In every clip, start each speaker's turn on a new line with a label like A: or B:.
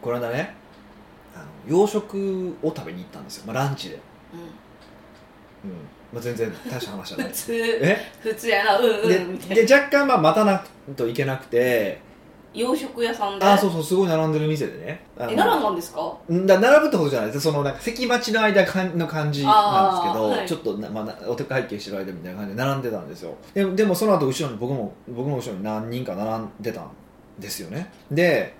A: この間ねあの洋食を食べに行ったんですよ、まあ、ランチで、うんまあ、全然大した話じゃな
B: 普
A: い
B: 通
A: え
B: 普通やなうんうんみたいな
A: でで若干まあ待たなくといけなくて
B: 洋食屋さんで
A: あそうそうすごい並んでる店でねあの
B: え奈良なんですか
A: んだ並ぶってことじゃないですそのなんか席待ちの間かんの感じなんですけど、
B: あーはい
A: ちょっとな、まあな、お手会計してる間みたいな感じで並んでたんですよででもその後後ろに僕も僕も後ろに何人か並んでたんですよねで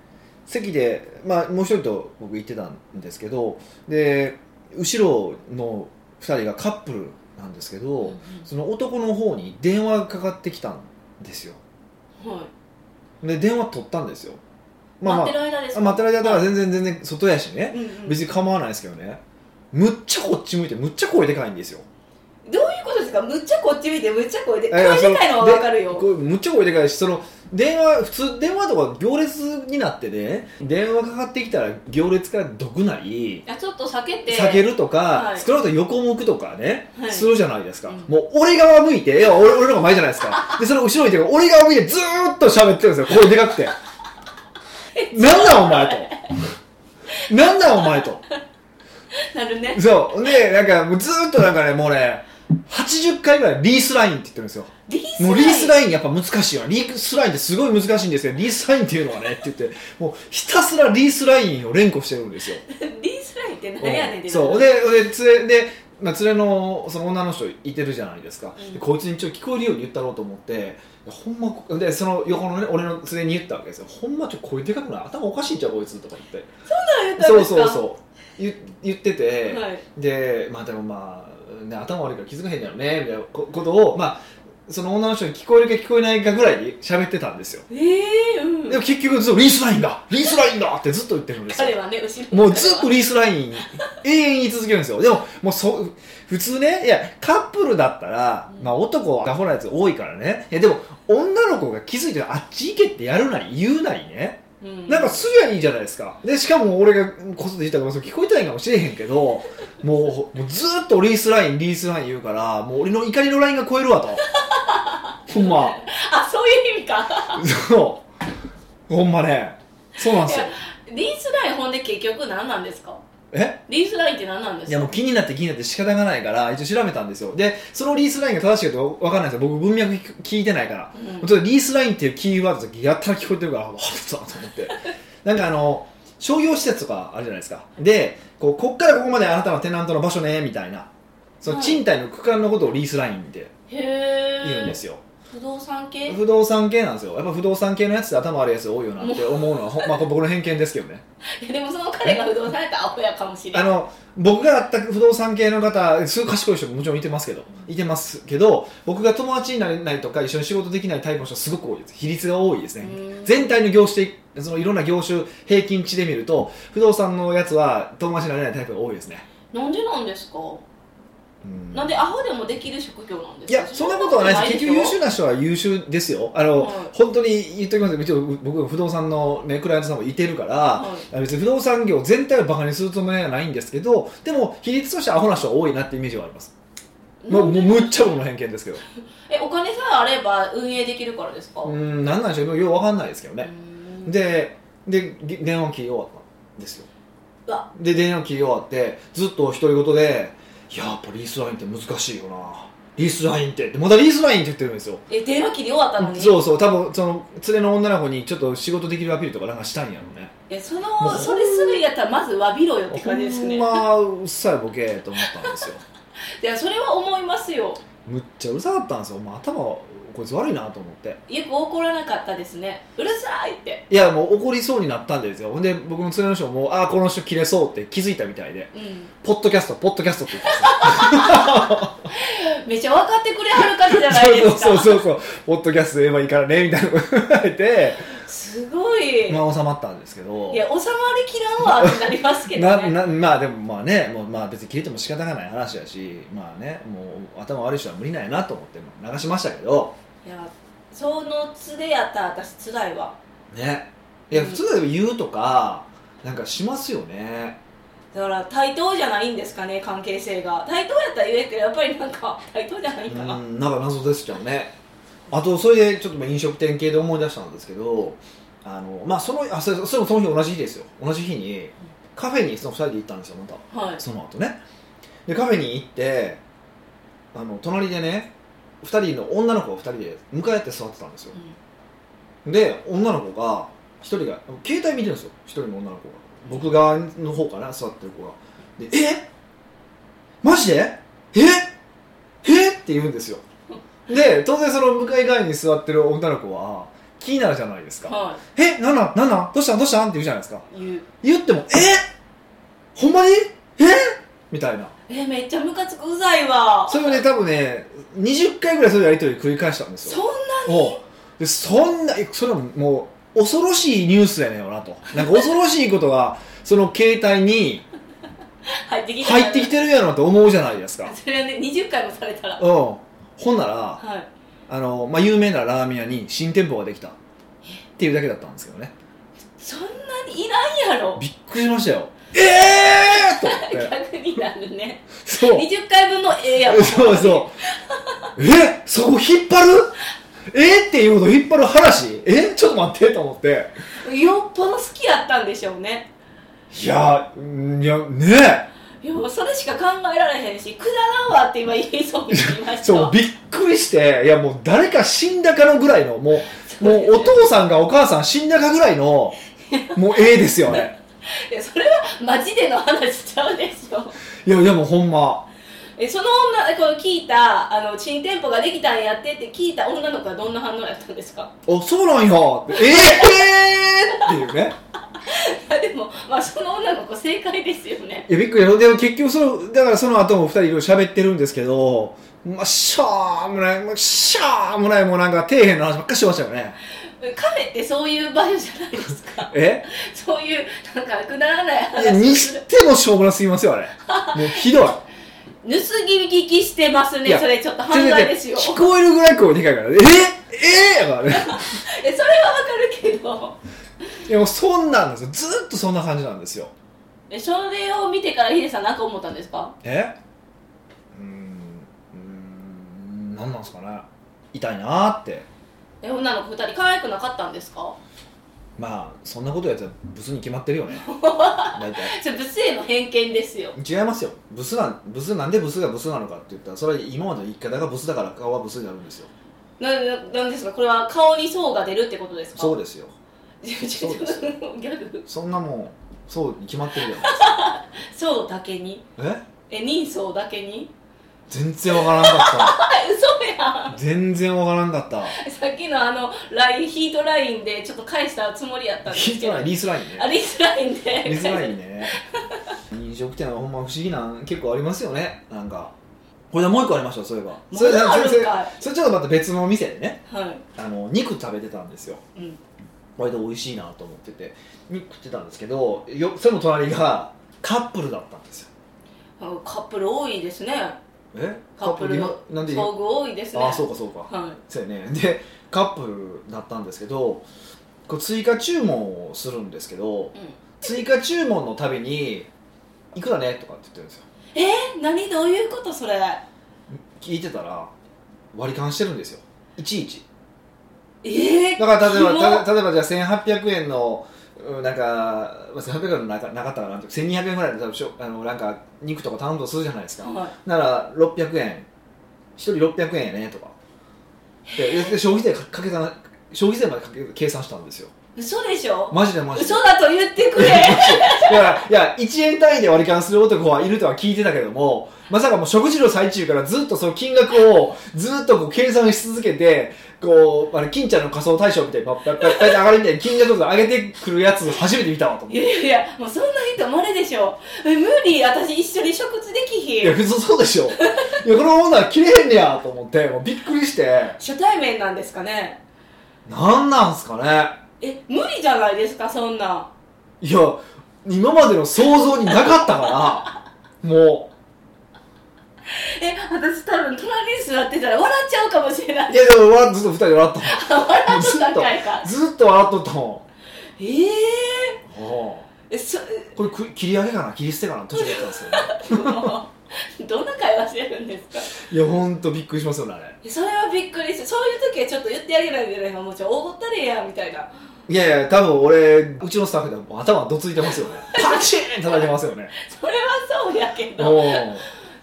A: 席で、まあ、もう一人と僕行ってたんですけどで後ろの2人がカップルなんですけど、
B: うんうん
A: その男の方に電話がかかってきたんですよ
B: はい
A: で電話取ったんですよ
B: 待ってる間で
A: あ
B: すか
A: 待ってる間だから全然全然外やしね、
B: うんうん
A: 別に構わないですけどねむっちゃこっち向いてむっちゃ声でかいんですよ
B: どういうことですかむっちゃこっち見てむっちゃこうで
A: いやいや
B: 声でかいのは
A: その
B: わかるよ
A: これむっちゃ声でかいしその電話普通電話とか行列になってね電話かかってきたら行列から毒なり
B: あちょっと避けて
A: 避けるとか、
B: はい
A: 少なくとも横向くとかね、
B: はい
A: するじゃないですか、
B: うん
A: もう俺側向いていや俺俺の方が前じゃないですかでその後ろにいてる俺側向いてずーっと喋ってるんですよ声でかく てなんだお前となんだお前と
B: なるね
A: そう。で、なんか、もうずーっとなんかね、もうね、80回ぐらいリースラインって言ってるんですよ。
B: リース
A: もう
B: ラ
A: リ
B: イ
A: ース
B: ン
A: ラインやっぱ難しいわ。リースラインってすごい難しいんですよ。リースラインっていうのはね、って言って、もうひたすらリースラインを連呼してるんですよ。
B: リースラインって何やねんって
A: そう。で、で、つれ、で、まあ、連れの、その女の人いてるじゃないですか。
B: うん
A: でこいつにちょっと聞こえるように言ったろうと思って、ほんまこ、で、その横のね、俺の連れに言ったわけですよ。ほんまちょっと声でかくない頭おかしいんちゃうこいつとか言って。
B: そん
A: そ
B: なん言ったんで
A: う
B: す
A: そ
B: か
A: うそう。言言ってて、
B: はい
A: でまあでもまあ、ね、頭悪いから気づかへんだよねみたいなこことをまあその女の人に聞こえるか聞こえないかぐらいに喋ってたんですよ
B: ええうん
A: でも結局ずっとリースラインだリースラインだってずっと言ってるんですよ
B: 彼はね後ろ
A: もうずっとリースライン永遠に続けるんですよでももうそ普通ねいやカップルだったら、
B: うん
A: まあ、男がほらやつ多いからねいやでも女の子が気づいてあっち行けってやるなり言うなりね
B: うん
A: なんかすりゃいいじゃないですか。で、しかも俺がこそで言ったからそれ聞こえてないかもしれへんけど、もう、もうずーっとリースライン、リースライン言うから、もう俺の怒りのラインが超えるわと。ほんま。
B: あそういう意味か
A: そう。ほんまね。そうなんですよ。
B: リースラインほんで結局何なんですか
A: え
B: リースラインって何なんで
A: い
B: す
A: や
B: か
A: もう気になって気になって仕方がないから、一応調べたんですよ。で、そのリースラインが正しいかどうかわかんないですよ。僕文脈聞いてないから。
B: うん
A: ちょっとリースラインっていうキーワードだけやったら聞こえてるから、わざと思って。なんかあの、商業施設とかあるじゃないですか。で、こうこっからここまであなたのテナントの場所ね、みたいな。その
B: はい
A: 賃貸の区間のことをリースラインって
B: へ
A: 言うんで
B: え
A: すよ。
B: 不動産系
A: 不動産系なんですよ。やっぱ不動産系のやつで頭悪いやつ多いよなって思うのは、ほんまあ、これ僕の偏見ですけどね。
B: いやでもその彼が不動産やったらアホやかもしれ
A: あ
B: ん
A: の僕が会った不動産系の方すごい賢い人ももちろんいてますけどいてますけど僕が友達になれないとか一緒に仕事できないタイプの人すごく多いです比率が多いですね
B: うん
A: 全体の業種でそのいろんな業種平均値で見ると不動産のやつは友達になれないタイプが多いですね、
B: なんでなんですか
A: うん
B: なんでアホでもできる職業なんですか
A: いやそんなことはないです
B: でし
A: 結
B: ょ
A: 局優秀な人は優秀ですよあの、
B: はい
A: 本当に言っときますけど僕不動産の、ね、クライアントさんもいてるから、
B: はい
A: 別に不動産業全体をバカにするつもりはないんですけどでも比率としてアホな人は多いなってイメージはありますまあ、もうむっちゃ僕の偏見ですけど
B: えお金さえあれば運営できるからですか、
A: うーん何なんでしょうようわかんないですけど
B: う
A: ね、
B: ん
A: ででぎ電話切り終わったんですよ
B: うわ
A: で電話切り終わってずっと独り言で「いややっぱリースラインって難しいよなリースラインって」ってまだリースラインって言ってるんですよ
B: え電話切り終わったのに
A: そうそう多分その連れの女の子にちょっと仕事できるアピールとかなんかしたいんやろうね
B: えそ
A: もう
B: のそれするやったらまず詫びろよって
A: ほ
B: 感じです
A: ん
B: ね
A: まうっさいボケと思ったんですよ
B: いやそれは思いますよ
A: むっちゃうるさかったんですよもう頭こいつ悪いなと思って
B: よく怒らなかったですねうるさいって
A: いやもう怒りそうになったんですよほんで僕の連れの人もああこの人切れそうって気づいたみたいで
B: うん
A: ポッドキャストポッドキャストって言って
B: めっちゃ分かってくれはる方じゃないです
A: た
B: か
A: そうそうそうそうポッドキャストで言えばいいからねみたいなこと言われて
B: すごい、
A: まあ収まったんですけど
B: いや収まりきらんわってなりますけどね
A: ななまあでもまあねもうまあ別に切れても仕方がない話やしまあねもう頭悪い人は無理なんやなと思ってまあ流しましたけど
B: いやその連れやったら私つらいわ
A: ねいや
B: うん
A: 普通で言うとかなんかしますよね
B: だから対等じゃないんですかね関係性が対等やったら言えってやっぱりなんか 対等じゃないん
A: う
B: だな、
A: んなんか謎ですけどねあとそれでちょっとまあ飲食店系で思い出したんですけどあのまあそのあそれそれもその日同じ日ですよ同じ日にカフェにその2人で行ったんですよまた
B: はい
A: その後ねでカフェに行ってあの隣でね2人の女の子を2人で向かい合って座ってたんですよで女の子が1人が携帯見てるんですよ1人の女の子が僕側の方から座ってる子がでえマジでええって言うんですよで当然その向かい側に座ってる女の子は気になるじゃないです
B: うん
A: か
B: は
A: 「えなんなんなんなんどうしたんどうしたん?」って言うじゃないですか
B: い言う
A: 言っても「えほんまにえみたいな
B: えめっちゃムカつくうざいわ
A: それをね多分ね20回ぐらいそういうやり取り繰り返したんです
B: そ
A: よ
B: ん
A: おうでそんなえそれはもう恐ろしいニュースやねんよなとなんか恐ろしいことがその携帯に
B: 入ってきた
A: 入ってきてるやろと思うじゃないですか
B: それはね20回もされたら
A: うんほんなら
B: はい
A: あの、まあ、有名なラーメン屋に新店舗ができたっていうだけだったんですけどね
B: そんなにいらんやろ
A: びっくりしましたよええー、と思って
B: 逆になるね
A: そう
B: 20回分のええやん
A: そうそう。えそこ引っ張るえっていうこと引っ張る話えちょっと待ってと思って。
B: よっぽど好きやったんでしょうね
A: いや、んいや、ね
B: いやもうそれしか考えられへんしくだらんわって今言いそうになりま
A: え。
B: した
A: そう、びっくりして、いやもう誰か死んだかのぐらいの、もう、もうお父さんがお母さん死んだかぐらいの、もうええですよ ね。
B: いやそれはマジでの話ちゃうでしょ
A: いや、いやもうほんま。
B: えその女この聞いたあの新店舗ができたんやってって聞いた女の子はどんな反応やったんですか
A: あ、そうなんや。えええー、っていうね。
B: いやでも、まあ、その女の子正解ですよね
A: いや、びっくりよ。でも結局その、だからその後も二人いろいろ喋ってるんですけど、まあ、しゃーもない、まあ、しゃーもない、もうなんか底辺の話ばっかりしてましたよね。
B: カフェってそういう場所じゃないですか
A: え
B: そういうなんかくだらない
A: いや、
B: 話
A: にしてもしょうもなすぎますよ、あれ。もうひ どい。
B: 盗み聞きしてます
A: い
B: ね
A: や
B: それちょっと犯罪ですよ
A: 聞こえるぐらい声でかいからね。えええやからね。
B: えそれはわかるけど
A: いや、もうそんなんですよ。ずっとそんな感じなんですよ。
B: えそれを見てからヒデさん何か思ったんですか
A: えうーん、うーん、なんなんですかね。痛いなーって。
B: え女の子2人可愛くなかったんですか
A: まあ、そんなことやったらブスに決まってるよね。大体。
B: それ物への偏見ですよ
A: 違いますよブスなんブスなんでブスがブスなのかって言ったらそれは今までの言い方がブスだから顔はブスになるんですよ
B: なななんですかこれは顔に層が出るってことですか
A: そうですよ
B: す
A: そうです
B: ギャグ
A: そんなもんそうに決まってるじゃ
B: 層だけに
A: ないですかえ
B: え人相だけに
A: 全然わからんか
B: あ嘘や
A: った全然わからんかった
B: ん さっきのあのラインヒートラインでちょっと返したつもりやったんです
A: 聞い
B: け
A: て
B: ど
A: ないリースライン
B: あ
A: ね
B: リスラインで
A: リース ラインね 飲食店はほんま不思議なん結構ありますよねなんかこれでもう一個ありましたそういえばそれ
B: まだあるん
A: それ
B: かい
A: それちょっとまた別の店でね
B: は
A: あの肉食べてたんですよ
B: い、うん、
A: 割と美味しいなと思っててに食ってたんですけどよその隣がカップルだったんですよ
B: あのカップル多いですね
A: え
B: カップル
A: 今なんで
B: 遭遇多いですね
A: ああそうかそうか
B: は
A: そうやねでカップルだったんですけどこう追加注文をするんですけど
B: い、うん
A: 追加注文のたびに「いくらね?」とかって言ってるんですよ
B: え何どういうことそれ
A: 聞いてたら割り勘してるんですよいちいち
B: えー、
A: だから例えば
B: キモ
A: た例えばじゃあ1800円のうんなんかまあ1800円のなかなかったかな1200円ぐらいで多分しょあのなんか肉とか頼むとするじゃないですか、
B: はい
A: なら600円1人600円やねとかででで消費税かかけたな消費税までかけ計算したんですよ
B: 嘘でしょ、
A: マジでマジで
B: 嘘だと言ってくれ
A: いやいや1円単位で割り勘する男はいるとは聞いてたけどもまさかもう食事の最中からずっとその金額をずっとこう計算し続けてこうあれ金ちゃんの仮想対象みたいにパッパッパッパッって上がるみたいに金額を上げてくるやつ初めて見たわと思っ
B: い
A: て
B: やいやもうそんな人まれでしょえ無理私一緒に食事でき
A: い
B: ひ
A: や
B: ん
A: 普通そうでしょいやこの女は切れへんねやと思ってもうびっくりして
B: 初対面なんですかね
A: なんなんすかね
B: え無理じゃないですかそんない
A: や今までの想像になかったからも
B: え私多分隣に座ってたら笑っちゃうかもしれな
A: う
B: い
A: いやでもわずっと二人で笑っ
B: 笑っとったんかいか
A: たもんずっと笑っとったも
B: えー、
A: んおう
B: えそ
A: これく切り上げかな切り捨てかな途中でやったんですよね
B: もうどんな会話してるんですか
A: いやほんとびっくりしますよねあれ
B: それはびっくりしてそういう時はちょっと言ってあげないんじゃないかもうちょいおごったれやみたいな
A: いやいや多分俺うちのスタッフでも頭どついてますよねパチーン叩いてますよ ね
B: それはそうやけど
A: おー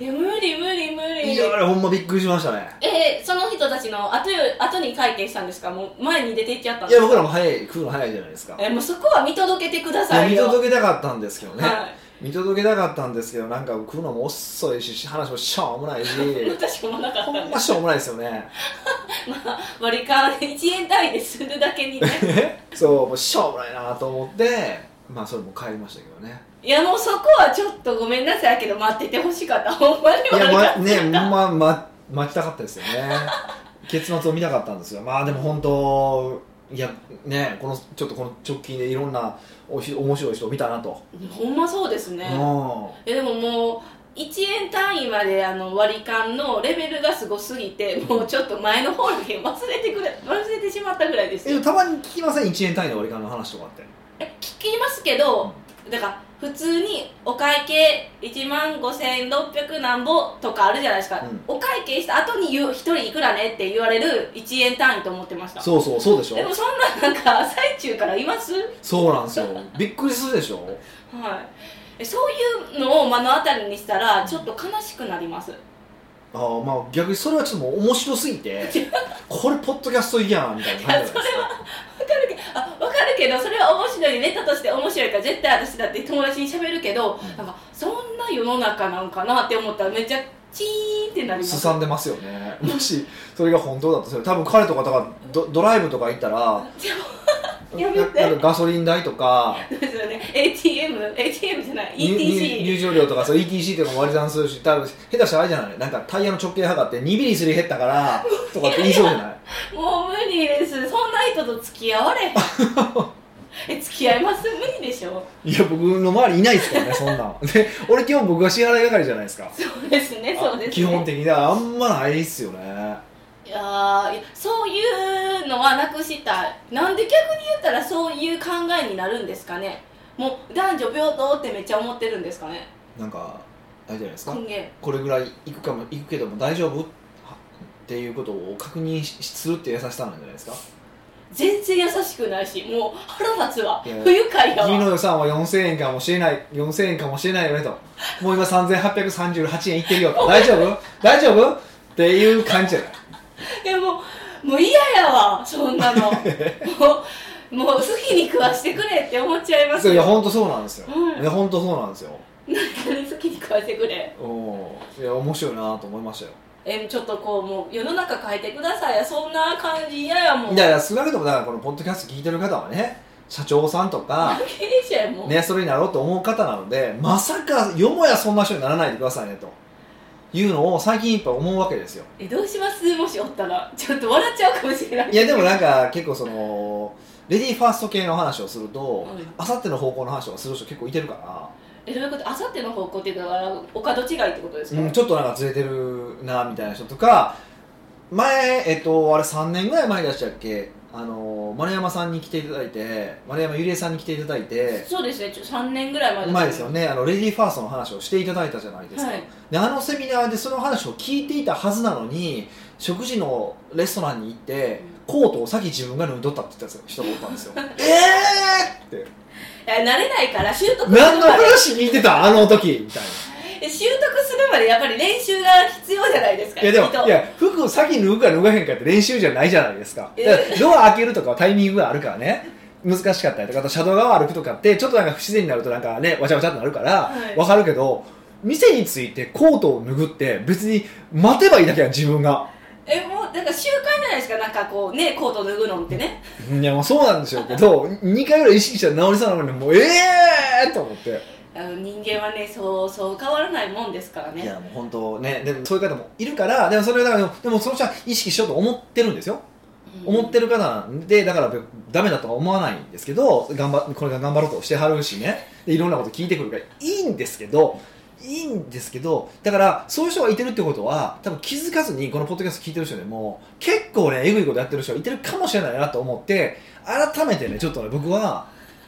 B: いや無理無理無理
A: いやあれほんまびっくりしましたね
B: えー、その人たちの後よ後に会見したんですかもう前に出ていっちゃったん
A: い
B: で
A: や
B: すか
A: 僕らも早い来るの早いじゃないですかい
B: えーもうそこは見届けてくだ
A: や
B: さい
A: 見
B: よ
A: 届けたかったんですけどね、
B: はい
A: 見届けたかったんですけどなんか来るのも遅いし話もしょうもないし
B: 私もなかった
A: ほ
B: ん
A: ん
B: で
A: ましょうもないですよね
B: まあ割り勘1円単位でするだけに ね
A: そうもうしょうもないなと思ってまあそれも帰りましたけどね
B: いやもうそこはちょっとごめんなさいけど待っててほしかったほんまに
A: い
B: 悪
A: や
B: かった
A: まねまま待ちたかったですよ ね結末を見たかったんですよまあでも本当いやねこのちょっとこの直近でいろんなおし面白い人を見たなと、
B: ほんまそうですね、
A: うん
B: えでももう1円単位まであの割り勘のレベルがすごすぎてもうちょっと前の方に忘れてくれ忘れてしまったぐらいです
A: え
B: よ
A: たまに聞きません1円単位の割り勘の話とかって
B: え聞きますけどだから普通にお会計1万5600何ぼとかあるじゃないですか、
A: うん
B: お会計した後に言う1人いくらねって言われる1円単位と思ってました
A: そうそうそうでし
B: でも
A: ょ
B: そんななんか最中からいます
A: そうなんですよびっくりするでしょ
B: はいえそういうのを目の当たりにしたらちょっと悲しくなります
A: あーまあ逆にそれはちょっともう面白すぎてこれポッドキャストいいやんみたいな感じじゃ ないですか
B: わかるけどあわかるけどそれは面白いネタとして面白いから絶対私だって友達に喋るけど、
A: うん
B: なんかそんな世の中なんかなって思ったらめっちゃチーンってなります
A: すさんでますよねもしそれが本当だとすれば多分彼とかだからドドライブとか行ったら
B: やめて
A: なんかガソリン代と か
B: そうですよね ATM ATM じゃない
A: 入入
B: ETC
A: 入場料とかそう ETC とかも割り算するし多分下手したらあれじゃないなんかタイヤの直径測って2ミリすり減ったからとかって言いそうじゃ ない
B: もう無理ですそんな人と付き合われ へんえ付き合います無理でしょ
A: いや僕の周りいないですからねそんなんで俺基本僕が支払い係じゃないですか
B: そうですねそうですね
A: 基本的にだからあんまないっすよね
B: いやーいやそういうのはなくしたいなんで逆に言ったらそういう考えになるんですかねもう男女平等ってめっちゃ思ってるんですかね
A: なんかあれじゃないですか
B: 根源
A: これぐらい行くかも行くけども大丈夫っていうことを確認しするっていう優しさなんじゃないですか
B: 全然優しくないしもう腹立つわ
A: いや
B: 不愉快や
A: 君の
B: わ
A: 予算は4000円かもしれない4000円かもしれないよねともう今3838円いってるよと大丈夫大丈夫っていう感じじゃない
B: いやもうもう嫌やわそん なのもうもう好きに食わしてくれって思っちゃいます
A: そういや
B: よ
A: 本当そうなんですよ、
B: うん
A: いや本当そうなんですよ
B: 何好きに食わしてくれ
A: おーいや面白いなと思いましたよ
B: えちょっとこうもう世の中変えてくださいやそんな感じ嫌やもん
A: いやいや少なくともだからこのポッドキャスト聞いてる方はね社長さんとか
B: 関係者やもん
A: ねそれになろうと思う方なのでまさかよもやそんな人にならないでくださいねというのを最近いっぱい思うわけですよ
B: えどうしますもしおったらちょっと笑っちゃうかもしれない
A: いやでもなんか結構そのレディーファースト系の話をすると
B: うん
A: あさっての方向の話をする人結構いてるか
B: えどういうことあさっての方向っていうかお門違いってことです
A: ら、
B: か、
A: うん、ちょっとなんかずれてるなみたいな人とか前えっとあれ3年ぐらい前でしたっけあの丸山さんに来ていただいて丸山ゆりえさんに来ていただいて
B: そうですねちょ3年ぐらい前
A: 前ですよねあのレディーファーストの話をしていただいたじゃないですか、
B: はい
A: であのセミナーでその話を聞いていたはずなのに食事のレストランに行ってコートを先自分が脱いどったって言った人がおったんです よえーって
B: いや慣れないから習得する
A: 何の
B: まで
A: 話聞いてたあの時みたい
B: え習得するまでやっぱり練習が必要じゃないですか
A: ないやで
B: きっ
A: も
B: と
A: いや服を先脱ぐか脱がへんかって練習じゃないじゃないですか
B: え
A: だからドア開けるとかはタイミングがあるからね難しかったりとかあと車道側歩くとかってちょっとなんか不自然になるとなんかねわちゃわちゃってなるから
B: はい
A: わかるけど、店についてコートを脱ぐって別に待てばいいだけやん自分が
B: えもうなんか習慣じゃないですかなんかこうねコート脱ぐのってね
A: いやもうそうなんでしょうけど2回ぐらい意識したら治りそうなのにもうええーと思って
B: あの人間はねそうそう変わらないもんですから
A: い
B: ね
A: やもう本当ねでもそういう方もいるからでもそれだからでもその人は意識しようと思ってるんですよ思って
B: る
A: る方なんでだからダメだとは思わないんですけど頑張これが頑張ろうとしてはるしねでいろんなこと聞いてくるからいいんですけどいいんですけどだからそういう人がいてるってことは多分気づかずにこのポッドキャスト聞いてる人でも結構ねえぐいことやってる人がいてるかもしれないなと思って改めてねちょっとね僕は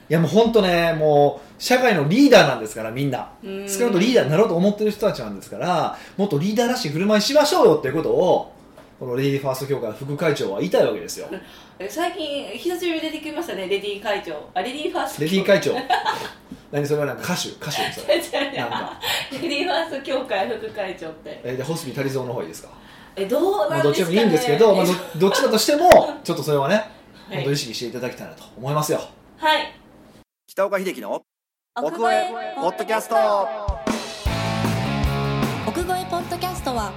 A: いやもう本当ねもう社会のリーダーなんですからみんな。少なくともリーダ
B: ダ
A: ーになろうと思ってる人たちなんですからもっとリーダーらしい振る舞いしましょうよっていうことをこのレディーファースト協会副会長は言いたいわけですよレ
B: え最近久しぶりに出てきましたねレディー会長あレディーファースト
A: ディー会長 何それはなんか歌手歌手ですよ
B: 違う違う
A: なんか
B: レディーファースト協会副会長って
A: えでホスピタリゾンの方がいいですか
B: えどう
A: ま
B: な
A: あ、
B: ん
A: どっ
B: です
A: ちでも
B: か、ね
A: いいんですけど、まあ、どどっちだとしてもちょっとそれはね
B: は
A: 本
B: い
A: 当意識していただきたいなと思いますよ
B: はい
A: 北岡秀樹の
C: 奥越えポッドキャスト
D: 奥越えポッドキャストは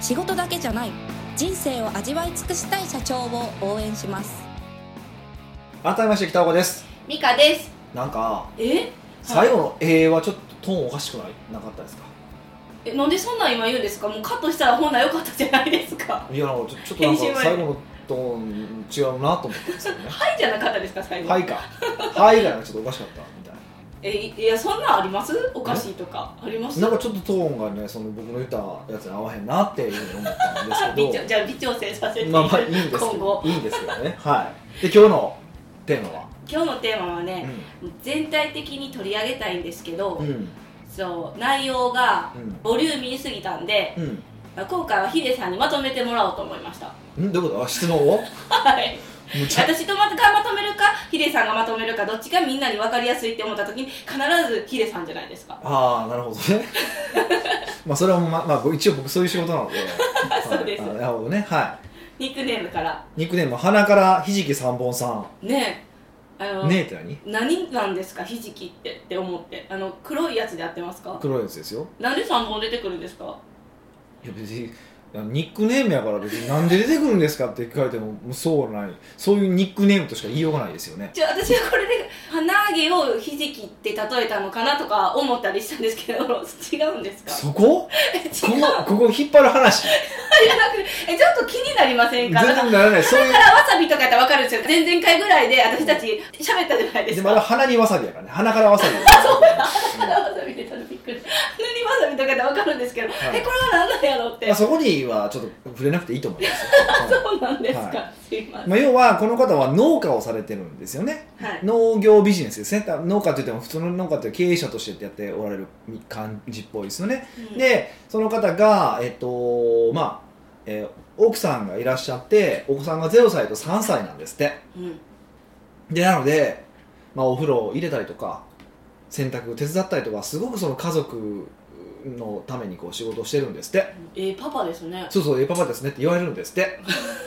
D: 仕事だけじゃない人生を味わい尽くしたい社長を応援します
A: 改めまして北岡です
B: ミカです
A: なんか
B: え
A: 最後の「え」はちょっとトーンおかしくないなかったですか
B: えなんでそんなん今言うんですかもうカットしたら本来良かったじゃないですか
A: いやなんかちょちょっとなん
B: 編集
A: か
B: 前
A: 最後のトーン違うなと思ったんですよね
B: はいじゃなかったですか最後
A: はいかはいがなんかちょっとおかしかったみたい
B: えいいやそんなんありますおかしいとかあります
A: ななんかちょっとトーンがねその僕の言ったやつに合わへんなっていうふうに思ったんです
B: あ
A: け
B: 微
A: ど
B: 調じゃあ微調整させて、
A: まあまあいいんですけ
B: 今
A: ど
B: 後
A: いいんですけどねはいで今日のテーマは
B: 今日のテーマはね、全体的に取り上げたいんですけど、
A: うんうん
B: そう内容が
A: うん
B: ボリューミーすぎたんで、
A: うん
B: まあ今回はヒデさんにまとめてもらおうと思いました
A: んどういうことあ質問を
B: はい
A: むちゃ
B: 私とまがまとめるかヒデさんがまとめるかどっちがみんなに分かりやすいって思った時に必ずヒデさんじゃないですか
A: ああなるほどね まあそれはまあ、まあ、一応僕そういう仕事なので
B: そうです
A: はいあなるほどねは
B: ニックネームから
A: いニックネーム鼻からひじき三本さ
B: ねえあの
A: んねえって何
B: 何なんですかひじきってって思ってあの黒いやつでやってますか
A: 黒いやつですよ
B: なんで3本出てくるんですか
A: いや別にあのニックネームやから別になんで出てくるんですかって聞かれてももうそうはないそういうニックネームとしか言いようがないですよね
B: じゃあ私はこれで鼻毛をひじきって例えたのかなとか思ったりしたんです けど違うんですか
A: そこ
B: え違う
A: ここここ引っ張る話
B: じゃなくてえちょっと気になりません
A: 全
B: か
A: 然
B: だからわ
A: ならないそういう
B: さびとかやったら分かるんですよ前々回ぐらいで私たち喋ったじゃないです
A: でも
B: か
A: あれは鼻にわさびやからね鼻からわさび
B: 鼻わさびでたのびっくり鼻にわさびとかやったら分かるんですけど、
A: はい
B: えこれは何なんやろ
A: う
B: うっ
A: んま
B: て
A: あそこにはちょっと触れなくていいと思いますよ、はい
B: そうなんですか、
A: は
B: すいません
A: まあ、要はこの方は農家をされてるんですよね
B: はい
A: 農業ビジネスですねだから農家って言っても普通の農家って経営者としてやっておられる感じっぽいですよね、
B: うん
A: でその方がえっとまあ、えー奥さんがいらっしゃってお子さんが0歳と3歳なんですって
B: うん
A: でなので、まあ、お風呂を入れたりとか洗濯手伝ったりとかすごくその家族のためにこう仕事をしてるんですって
B: えーパパですね
A: そうそう、ええパパですねって言われるんですって。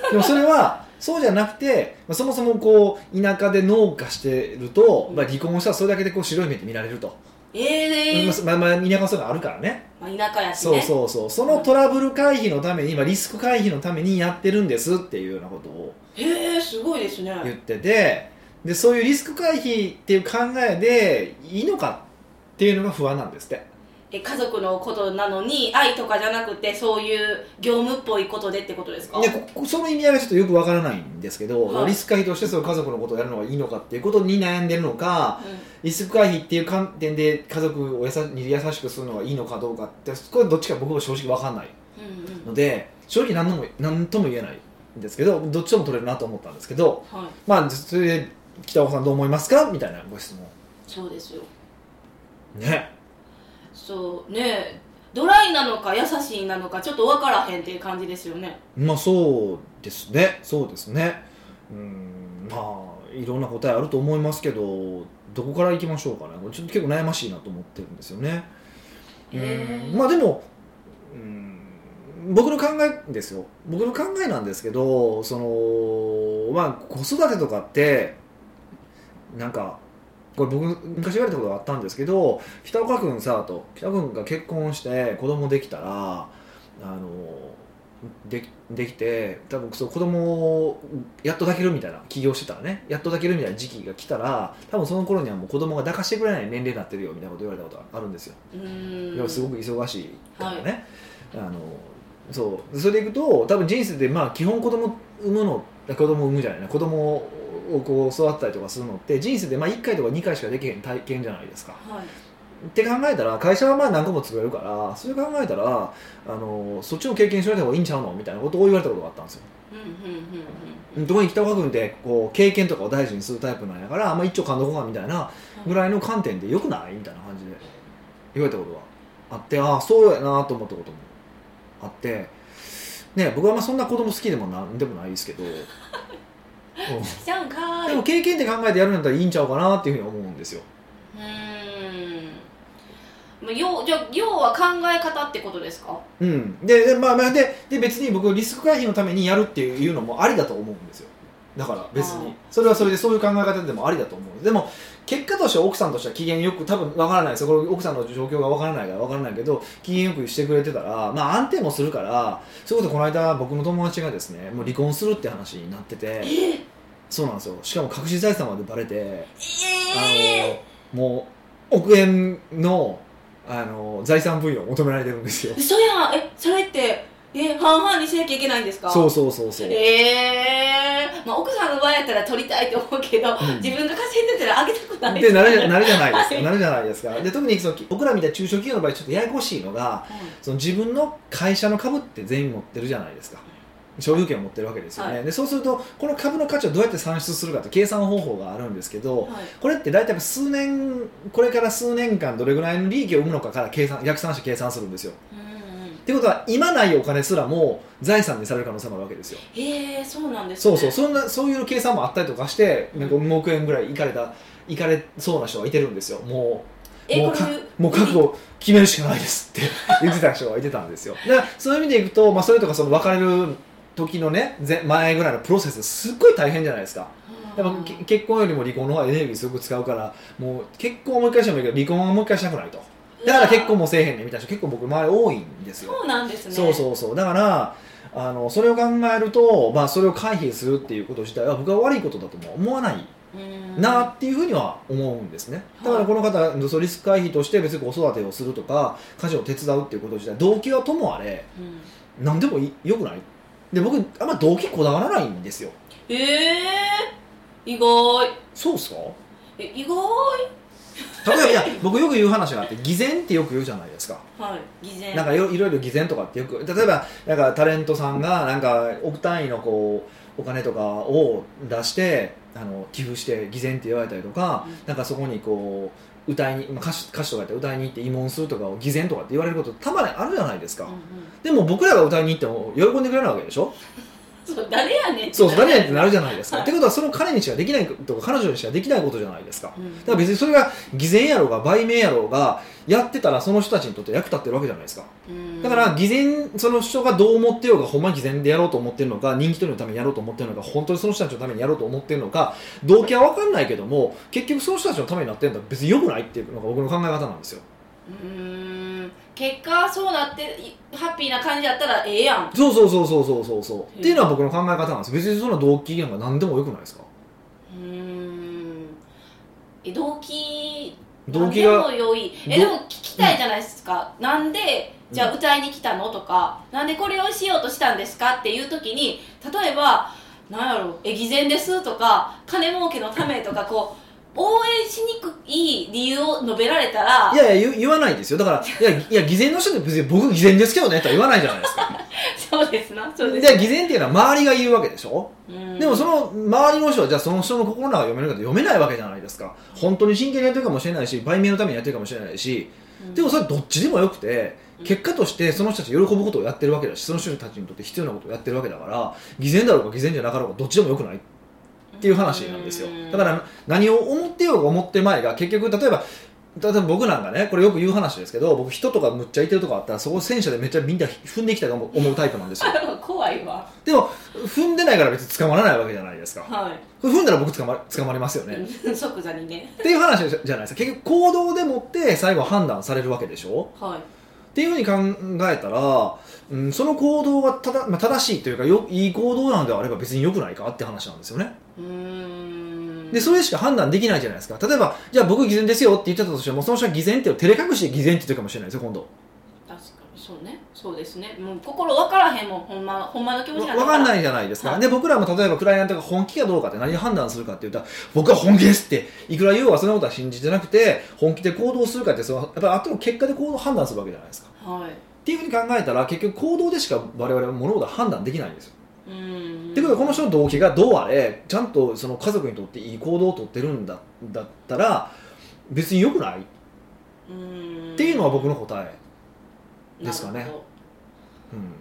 A: でもそれは、そうじゃなくて、まあそもそもこう、田舎で農家してると、まあ、離婚したらそれだけでこう白い目で見られると。
B: ええー
A: まあ、まあ、田舎はそういうのあるからね。
B: まあ、田舎やし
A: そう
B: ね
A: そうそう。そのトラブル回避のために、今リスク回避のためにやってるんですっていうようなことを
B: ええー、すごいですね
A: 言ってて、で、そういうリスク回避っていう考えでいいのかっていうのが不安なんですって。
B: え家族のことなのに愛とかじゃなくてそういう業務っぽいことでってことですか
A: でここその意味合いがちょっとよくわからないんですけど、
B: はい
A: リスク回避としてその家族のことをやるのがいいのかっていうことに悩んでるのか
B: う
A: リスク回避っていう観点で家族をやさに優しくするのがいいのかどうかってこれどっちか僕は正直わかんない
B: んうんうん
A: ので正直何のも何とも言えないんですけどどっちとも取れるなと思ったんですけど
B: はい
A: まあそれで北岡さんどう思いますかみたいなご質問
B: そうですよ
A: ね
B: そうねえドライなのか優しいなのかちょっと分からへんっていう感じですよね
A: まあそうですねそうですねうんまあいろんな答えあると思いますけどどこからいきましょうかねこれちょっと結構悩ましいなと思ってるんですよねうんまあでもうん僕の考えですよ僕の考えなんですけどそのまあ子育てとかってなんかこれ僕昔言われたことがあったんですけど北岡君さと北岡君が結婚して子供できたらあのできできて多分そう子供をやっと抱けるみたいな起業してたらねやっと抱けるみたいな時期が来たら多分その頃にはもう子供が抱かしてくれない年齢になってるよみたいなこと言われたことがあるんですよ
B: うーん
A: 要はすごく忙しいからね、あのそうそれでいくと多分人生でまあ基本子供産むの子供産むじゃないな子供をこう育ったりとかするのって人生でまあ1回とか2回しかできへん体験じゃないですか
B: はい
A: って考えたら会社はまあ何個も作れるからそれ考えたらあのそっちの経験しといた方がいいんちゃうのみたいなことを言われたことがあったんですよ
B: うんうんうん
A: 特に北岡君ってこう経験とかを大事にするタイプなんやから、まあ、一丁かんどこかみたいなぐらいの観点でよくないみたいな感じで言われたことがあってああそうやなと思ったこともあってね僕はまあそんな子供好きでもなんでもないですけ ど、うん
B: しちゃうんかーい
A: でも経験って考えてやるんだったらいいんちゃうかなっていうふうに思うんですよ
B: うーんまあ要じゃあ要は考え方ってことですか
A: うんでで,、まあまあ、でで別に僕リスク回避のためにやるっていうのもありだと思うんですよだから別
B: あー
A: にそれはそれでそういう考え方でもありだと思うんですでも結果としては奥さんとしては機嫌よく多分わからないですよこれ奥さんの状況がわからないからわからないけど機嫌よくしてくれてたら、まあ、安定もするからそういうことこの間僕の友達がですねもう離婚するって話になっててそうなんですよしかも隠し財産までバレてあのもう億円のあの財産分与を求められてるんですよ
B: 嘘やんえそれってえ半々にしなきゃいけないんですか
A: そうそうそうそう、
B: ええまあ、奥さんの場合やったら取りたいと思うけど、
A: うん
B: 自分が稼いでたらあげたくない
A: でなるじゃなるじゃないですか、
B: はい
A: なるじゃないですかで特にその僕らみたいな中小企業の場合ちょっとややこしいのがその自分の会社の株って全員持ってるじゃないですか所有権を持ってるわけですよね、
B: は
A: でそうするとこの株の価値をどうやって算出するかって計算方法があるんですけど
B: はい
A: これって大体数年これから数年間どれぐらいの利益を生むのかから計算逆算して計算するんですよ
B: うんうん
A: ってことは今ないお金すらも財産にされる可能性もあるわけですよ
B: ええそうなんです
A: そう
B: ね
A: そうそんなそういう計算もあったりとかしてなんか5億円ぐらいいかれたいかれそうな人がいてるんですよもう
B: え
A: も
B: こ
A: うか
B: れ
A: もう覚悟決めるしかないですって 言ってた人がいてたんですよだからそういう意味でいくと、まあ、それとかその別れる時のね前前ぐらいのプロセスすっごい大変じゃないですかやっぱけ結婚よりも離婚の方がエネルギーすごく使うからもう結婚はもう一回してもいいけど離婚はもう一回したくないとだから結婚もせえへんねみたいな人結構僕周り多いんですよ
B: そうなんですね
A: そうそうそうだからあのそれを考えると、まあ、それを回避するっていうこと自体は僕は悪いことだとも思わないう
B: ーん
A: なっていうふうには思うんですねだからこの方のリスク回避として別に子育てをするとか家事を手伝うっていうこと自体動機はともあれ
B: うん
A: 何でもいいよくないで僕あんま動機こだわらないんですよ
B: ええ意外
A: そうっすか
B: え意外
A: 例えばいや僕よく言う話があって偽善ってよく言うじゃないですか
B: はい偽善
A: なんかよいろいろ偽善とかってよく例えばなんかタレントさんがなんか億単位のこうお金とかを出してあの寄付して偽善って言われたりとか、
B: うん
A: なんかそこにこう歌いにまあ歌手歌手とかやって歌いに行って慰問するとかを偽善とかって言われることたまにあるじゃないですか、
B: うんうん
A: でも僕らが歌いに行っても喜んでくれないわけでしょ
B: そう誰やねん
A: そうそう誰やってなるじゃないですかってことはその彼にしかできないことか彼女にしかできないことじゃないですか
B: うん
A: だから別にそれが偽善やろうが売名やろうがやってたらその人たちにとって役立ってるわけじゃないですか
B: うん
A: だから偽善その人がどう思ってようがほんま偽善でやろうと思ってるのか人気取りのためにやろうと思ってるのか本当にその人たちのためにやろうと思ってるのか動機は分かんないけども結局その人たちのためになってるんだ別に良くないっていうのが僕の考え方なんですよ
B: うーん結果そうなっていハッピーな感じやったらええやん
A: そうそうそうそうそうそうそう、
B: うん
A: っていうのは僕の考え方なんです別にそんな動機なんか何でも良くないですか
B: うーんえ動機
A: 動機が
B: 何でも良いえ
A: ど
B: でも聞きたいじゃないですか、なんでじゃあ歌いに来たのとかなんでこれをしようとしたんですかっていう時に例えばなんやろえ偽善ですとか金儲けのためとかこう応援しにくい理由を述べられたら
A: いやいや言言わないですよだからいやいや偽善の人って別に僕偽善ですけどねとは言わないじゃないですか
B: そうですな そうです
A: で偽善っていうのは周りが言うわけでしょ
B: うん
A: でもその周りの人はじゃあその人の心の中が読めるかって読めないわけじゃないですか本当に真剣にやってるかもしれないし売名のためにやってるかもしれないし
B: うん
A: でもそれどっちでもよくて
B: うん
A: 結果としてその人たち喜ぶことをやってるわけだしその人たちにとって必要なことをやってるわけだから偽善だろうか偽善じゃなかろうかどっちでもよくないっていう話なんですよだから何を思ってようが思ってまいが結局例えば例えば僕なんかねこれよく言う話ですけど僕人とかむっちゃいてるとかあったらそこを戦車でめっちゃみんな踏んでいきたいと思う思うタイプなんです よ
B: 怖いわ
A: でも踏んでないから別に捕まらないわけじゃないですか
B: は
A: これ踏んだら僕捕ま捕まりますよね、っ
B: い 即座にね
A: ていう話じゃないですか結局行動でもって最後判断されるわけでしょ
B: はい
A: っていうふうに考えたら、うん、その行動がただ、まあ、正しいというかよいい行動なのであれば別に良くないかって話なんですよね
B: うーん
A: でそれしか判断できないじゃないですか例えばじゃあ僕偽善ですよって言ってたとしてもその人は偽善っていうのを照れ隠しで偽善って言ってるかもしれないですよ今度
B: 確かにそうねそうですねもう心分からへんもんほんまほんまの気持
A: わ
B: ちなん
A: わかん
B: い
A: ないじゃないですか、
B: はい
A: で僕らも例えばクライアントが本気かどうかって何で判断するかって言ったら僕は本気ですっていくら言おうはそんなことは信じてなくて本気で行動するかってそのやっぱり後の結果で行動判断するわけじゃないですか
B: はい
A: っていうふうに考えたら結局行動でしか我々は物事は判断できないんですよ、
B: うーん
A: ってことはこの人の動機がどうあれちゃんとその家族にとっていい行動をとってるんだだったら別に良くないっ
B: うーん
A: ていうのは僕の答えですかね
B: なるほど
A: うん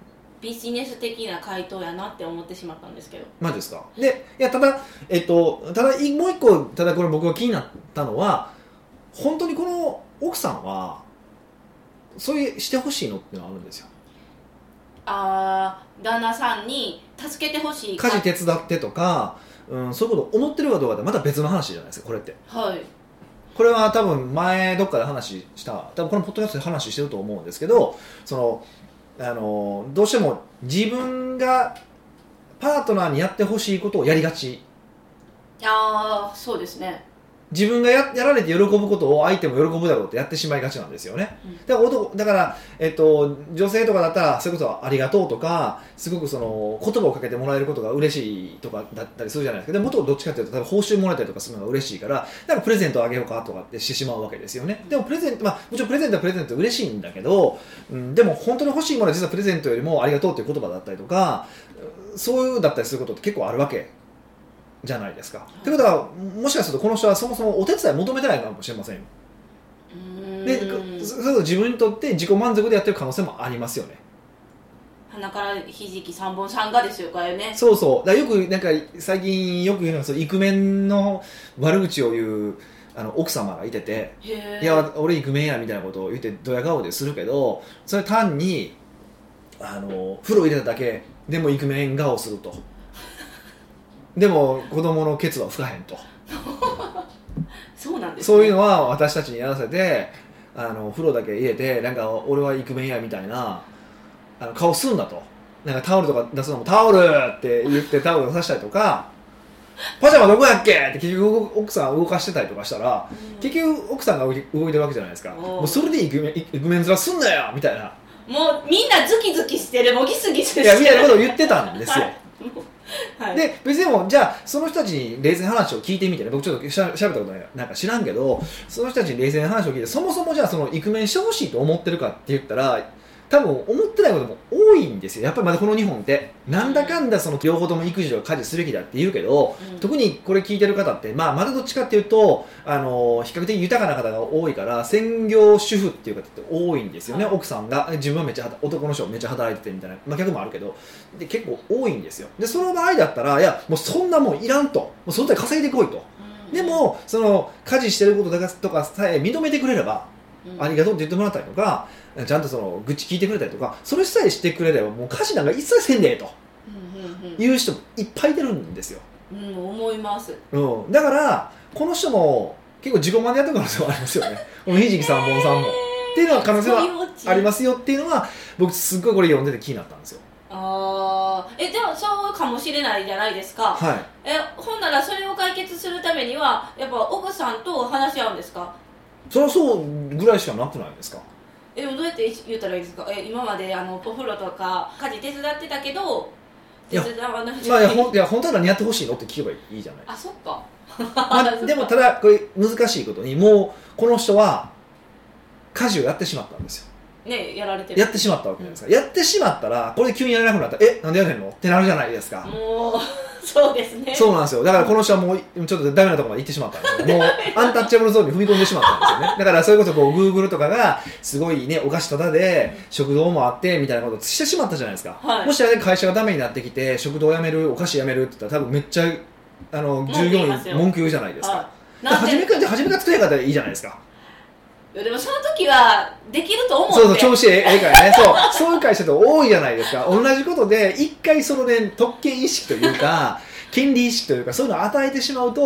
B: ビジネス的な回答やなって思ってしまったんですけど
A: マジですかでいやただえっとただいもう一個ただこれ僕が気になったのは本当にこの奥さんはそういうしてほしいのってのはあるんですよ
B: あー旦那さんに助けてほしいか
A: 家事手伝ってとか、うん、そういうこと思ってるかどうかってまた別の話じゃないですかこれって
B: はい
A: これは多分前どっかで話した多分このポッドキャストで話してると思うんですけどそのあのどうしても自分がパートナーにやってほしいことをやりがち
B: ああそうですね
A: 自分がややられて喜ぶことを相手も喜ぶだろうってやってしまいがちなんですよね、
B: うん
A: だから男だから、えっと、女性とかだったらそういうことはありがとうとかすごくその言葉をかけてもらえることが嬉しいとかだったりするじゃないですかでも男どっちかっていうと多分報酬もらえたりとかするのが嬉しいからだからプレゼントあげようかとかってしてしまうわけですよねでもプレゼント、まあ、もちろんプレゼントはプレゼントで嬉しいんだけど、うん、でも本当に欲しいものは実はプレゼントよりもありがとうっていう言葉だったりとかうんそういうだったりすることって結構あるわけじゃないですか。ってことはもしかするとこの人はそもそもお手伝い求めてないかもしれませんよ。
B: うーん
A: でそそうすると自分にとって自己満足でやってる可能性もありますよね。
B: 鼻からひじき3本3がですよかよね
A: そうそうだからよくなんか最近よく言うのがそのイクメンの悪口を言うあの奥様がいてて
B: へ
A: 「
B: え
A: いや俺イクメンや」みたいなことを言ってドヤ顔でするけどそれ単にあの風呂入れただけでもイクメン顔すると。でも子供のケツは吹かへんと。
B: そうなんですね、
A: そういうのは私たちにやらせてあの風呂だけ入れてなんか俺はイクメンやみたいなあの顔すんだとなんかタオルとか出すのもタオルって言ってタオルを出したりとかパジャマどこやっけって結局奥さん動かしてたりとかしたら
B: うん
A: 結局奥さんが動いて動いてるわけじゃないですか
B: おー
A: もうそれでイクメンイクメン面すんなよみたいな
B: もうみんなズキズキしてるもうギスギスして
A: い
B: る
A: やみたいなことを言ってたんですよ
B: はい、
A: で別にでもじゃあその人たちに冷静な話を聞いてみてね僕ちょっとしゃしゃべったことないなんか知らんけどその人たちに冷静な話を聞いてそもそもじゃあそのイクメンしてほしいと思ってるかって言ったら多分思ってないことも多いんですよやっぱりまだこの日本ってなんだかんだその両方とも育児を家事すべきだって言うけど
B: うん
A: 特にこれ聞いてる方って、まあ、まだどっちかっていうとあの比較的豊かな方が多いから専業主婦っていう方って多いんですよね、
B: はい
A: 奥さんが自分はめっちゃ働男の人めっちゃ働いててみたいな、まあ、逆もあるけどで結構多いんですよでその場合だったらいやもうそんなもんいらんともうその時稼いでこいと
B: うん
A: でもその家事してることだけとかさえ認めてくれれば
B: うん
A: ありがとうって言ってもらったりとかちゃんとその愚痴聞いてくれたりとかそれさえしてくれればもう家事なんか一切せんでええと
B: うん
A: いう人もいっぱい出るんですよ
B: うんうん、うん、思います
A: うん、だからこの人も結構自己満でやってる可能性はあります よねこのひじきさんぼんさんも、っていうのは可能性はありますすよっていうのは僕すっごいこれ読んでて気になったんですよ
B: あーえでもそうかもしれないじゃないですか
A: はい
B: えほんならそれを解決するためにはやっぱ奥さんと話し合うんですか
A: そりゃそうぐらいしかなくないですか
B: えどうやって言ったらいいですかえ今まであのお風呂とか家事手伝ってたけど
A: い
B: 手
A: や
B: 伝わない
A: まあいやほんいや本当は何やってほしいのって聞けばいいじゃ ない
B: あそっか
A: まあ、でもただこれ難しいことにもうこの人は家事をやってしまったんですよ
B: ねやられてる
A: やってしまったわけじゃないですか、やってしまったらこれで急にやれなくなったらえなんでやねんのってなるじゃないですか、
B: もう そうです ね
A: そうなんですよだからこの人はもうちょっとダメなところまで行ってしまったんですよもうアンタッチャブルゾーンに踏み込んでしまったんですよねだからそれこそこう Google とかがすごいねお菓子ただで食堂もあってみたいなことをしてしまったじゃないですか、
B: はい
A: もしあれで会社がダメになってきて食堂辞めるお菓子辞めるって言ったら多分めっちゃあの
B: 文句
A: 従業
B: 言います
A: 員
B: よ
A: 文句言うじゃないですか、
B: はい
A: だから
B: なん
A: 初め
B: で
A: から初めから作れ方でいいじゃないですか
B: いやでもその時はできると思うんで
A: そうそう調子ええええからねそうそういう会社って多いじゃないですか同じことで一回そのね特権意識というか権利意識というかそういうのを与えてしまうと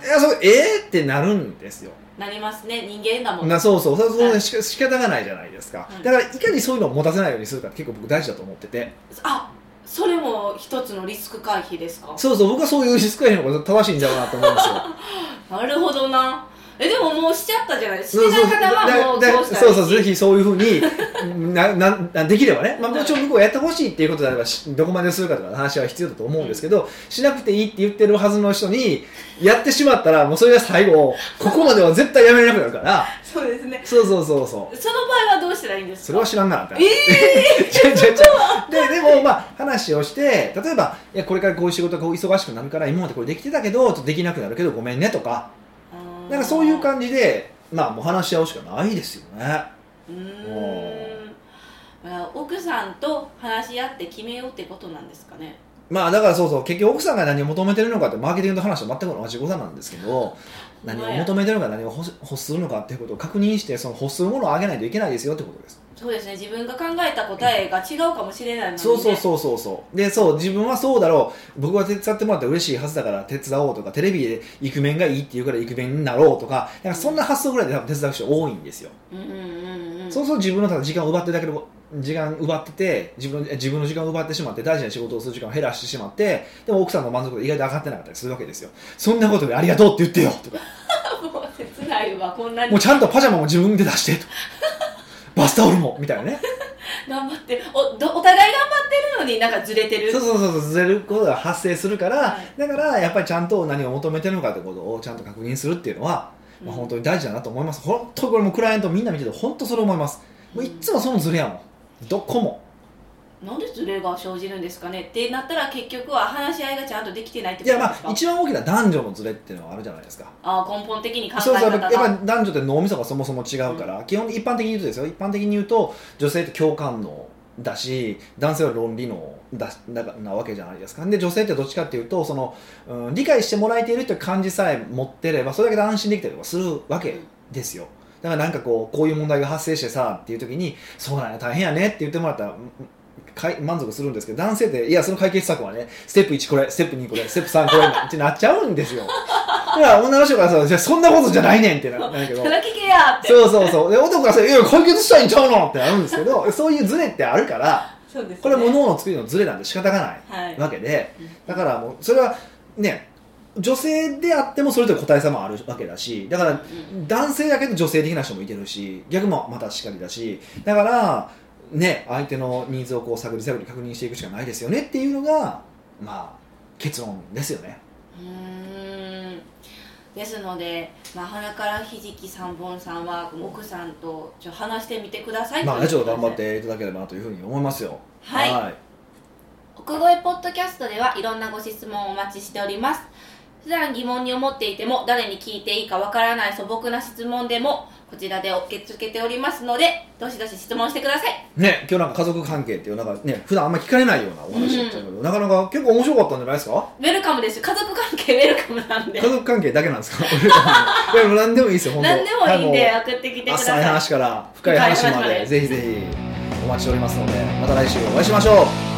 B: う
A: い
B: ん
A: やそうえーってなるんですよ、
B: なりますね人間だもん
A: なそうそうそうそう、
B: はい
A: しか仕方がないじゃないですか、
B: うん
A: だからいかにそういうのを持たせないようにするか結構僕大事だと思ってて
B: あそれも一つのリスク回避ですか
A: そうそう僕はそういうリスクへの方が正しいんだろうなと思うんですよ
B: なるほどなえでももうしちゃったじゃない し
A: そう
B: て
A: そう
B: ない方はもう
A: だだ
B: どうしたらいい
A: そうそうぜひそういうふうに なななできればね、まあ、もちろん向こうがやってほしいっていうことであればしどこまでするかとかの話は必要だと思うんですけど、しなくていいって言ってるはずの人にやってしまったらもうそれが最後ここまでは絶対やめれなくなるから
B: そうですね
A: そうそうそうそう
B: その場合はどうしたらいいんですか
A: それは知らんなみたいな。
B: え
A: 違う違う違うででも、まあ、話をして例えばいやこれからこういう仕事がこう忙しくなるから今までこれできてたけどちょっとできなくなるけどごめんねとか
B: あー
A: なんかそういう感じで、まあ、もう話し合うしかないですよね。
B: うーん
A: も
B: あ奥さんと話し合って決めようってことなんですかね
A: まあだからそうそう結局奥さんが何を求めてるのかってマーケティングと話と全く同じことなんですけど何を求めてるのか何を欲し欲するのかっていうことを確認してその欲するものをあげないといけないですよってことです
B: そうですね自分が考えた答えが違うかもしれないのに、ね、
A: そうそうそうそうそうでそう自分はそうだろう僕が手伝ってもらったら嬉しいはずだから手伝おうとかテレビでイクメンがいいって言うからイクメンになろうとかなんかそんな発想ぐらいで多分手伝う人多いんですよ、
B: うんうんうんうん
A: そうすると自分のただ時間を奪ってるだけで時間奪ってて自分自分の時間を奪ってしまって大事な仕事をする時間を減らしてしまってでも奥さんの満足度意外と上がってなかったりするわけですよそんなことでありがとうって言ってよとか
B: もう切ないわこんなに
A: もうちゃんとパジャマも自分で出してとバスタオルもみたいなね
B: 頑張ってるおどお互い頑張ってるのになんかずれてる
A: そう
B: う
A: そうそうそうずれることが発生するから、
B: は
A: だからやっぱりちゃんと何を求めてるのかってことをちゃんと確認するっていうのは、まあ、本当に大事だなと思います本当これもうクライアントみんな見てて本当それ思いますもういっつもそのズレやもんどこも
B: なんでズレが生じるんですかねってなったら結局は話し合いがちゃんとできてないって
A: い
B: こと
A: や
B: です
A: ま
B: か
A: あ一番大きな男女のズレっていうのはあるじゃないですか
B: あー根本的に考え
A: そう
B: 方
A: そうやっ
B: が
A: ぱやっぱ男女って脳みそがそもそも違うから、基本一般的に言うとですよ一般的に言うと女性って共感能だし男性は論理能だしななわけじゃないですかで女性ってどっちかっていうとその、うん、理解してもらえているという感じさえ持ってればそれだけで安心できたりとかするわけですよだからなんかこうこういう問題が発生してさっていう時に「そうなんや大変やね」って言ってもらったらかい満足するんですけど男性っていやその解決策はねステップ1これステップ2これステップ3これってなっちゃうんですよだから女の人からさ「じゃあそんなことじゃないねん」ってななるけど
B: 働き系やって
A: そうそうそうで男からさ「いや解決したいんちゃうの?」ってなるんですけどそういうズレってあるから
B: そうですね
A: これはもう脳の作りのズレなんで仕方がない
B: はい
A: わけで
B: うん
A: だからもうそれはね女性であってもそれという個体差もあるわけだしだから
B: うん
A: 男性だけど女性的な人もいてるし逆もまたしかりだしだからね相手のニーズをこう探り探り確認していくしかないですよねっていうのがまあ結論ですよね
B: うーんですので、まあ、鼻からひじき三本さんは奥さんとちょっと話してみてください
A: まあ
B: い
A: ね
B: う
A: ちょっと
B: こ
A: 頑張
B: で
A: っていただければなというふうに思いますよ
B: はい
A: はい
B: 奥越ポッドキャストではいろんなご質問をお待ちしております普段疑問に思っていても誰に聞いていいかわからない素朴な質問でもこちらで受け付けておりますのでどしどし質問してください
A: ね、今日なんか家族関係っていうなんかね普段あんまり聞かれないようなお話だったけど、なかなか結構面白かったんじゃないですか
B: ウェルカムです家族関係ウェルカムなんで
A: 家族関係だけなんですか いやもう何でもいいですよ本当
B: 何でもいいんで
A: は
B: 送ってきて
A: もう
B: くだ
A: 浅い
B: さい
A: 話から深い話ま
B: 深い話ま
A: で
B: で
A: ぜひぜひお待ちしておりますのでまた来週お会いしましょう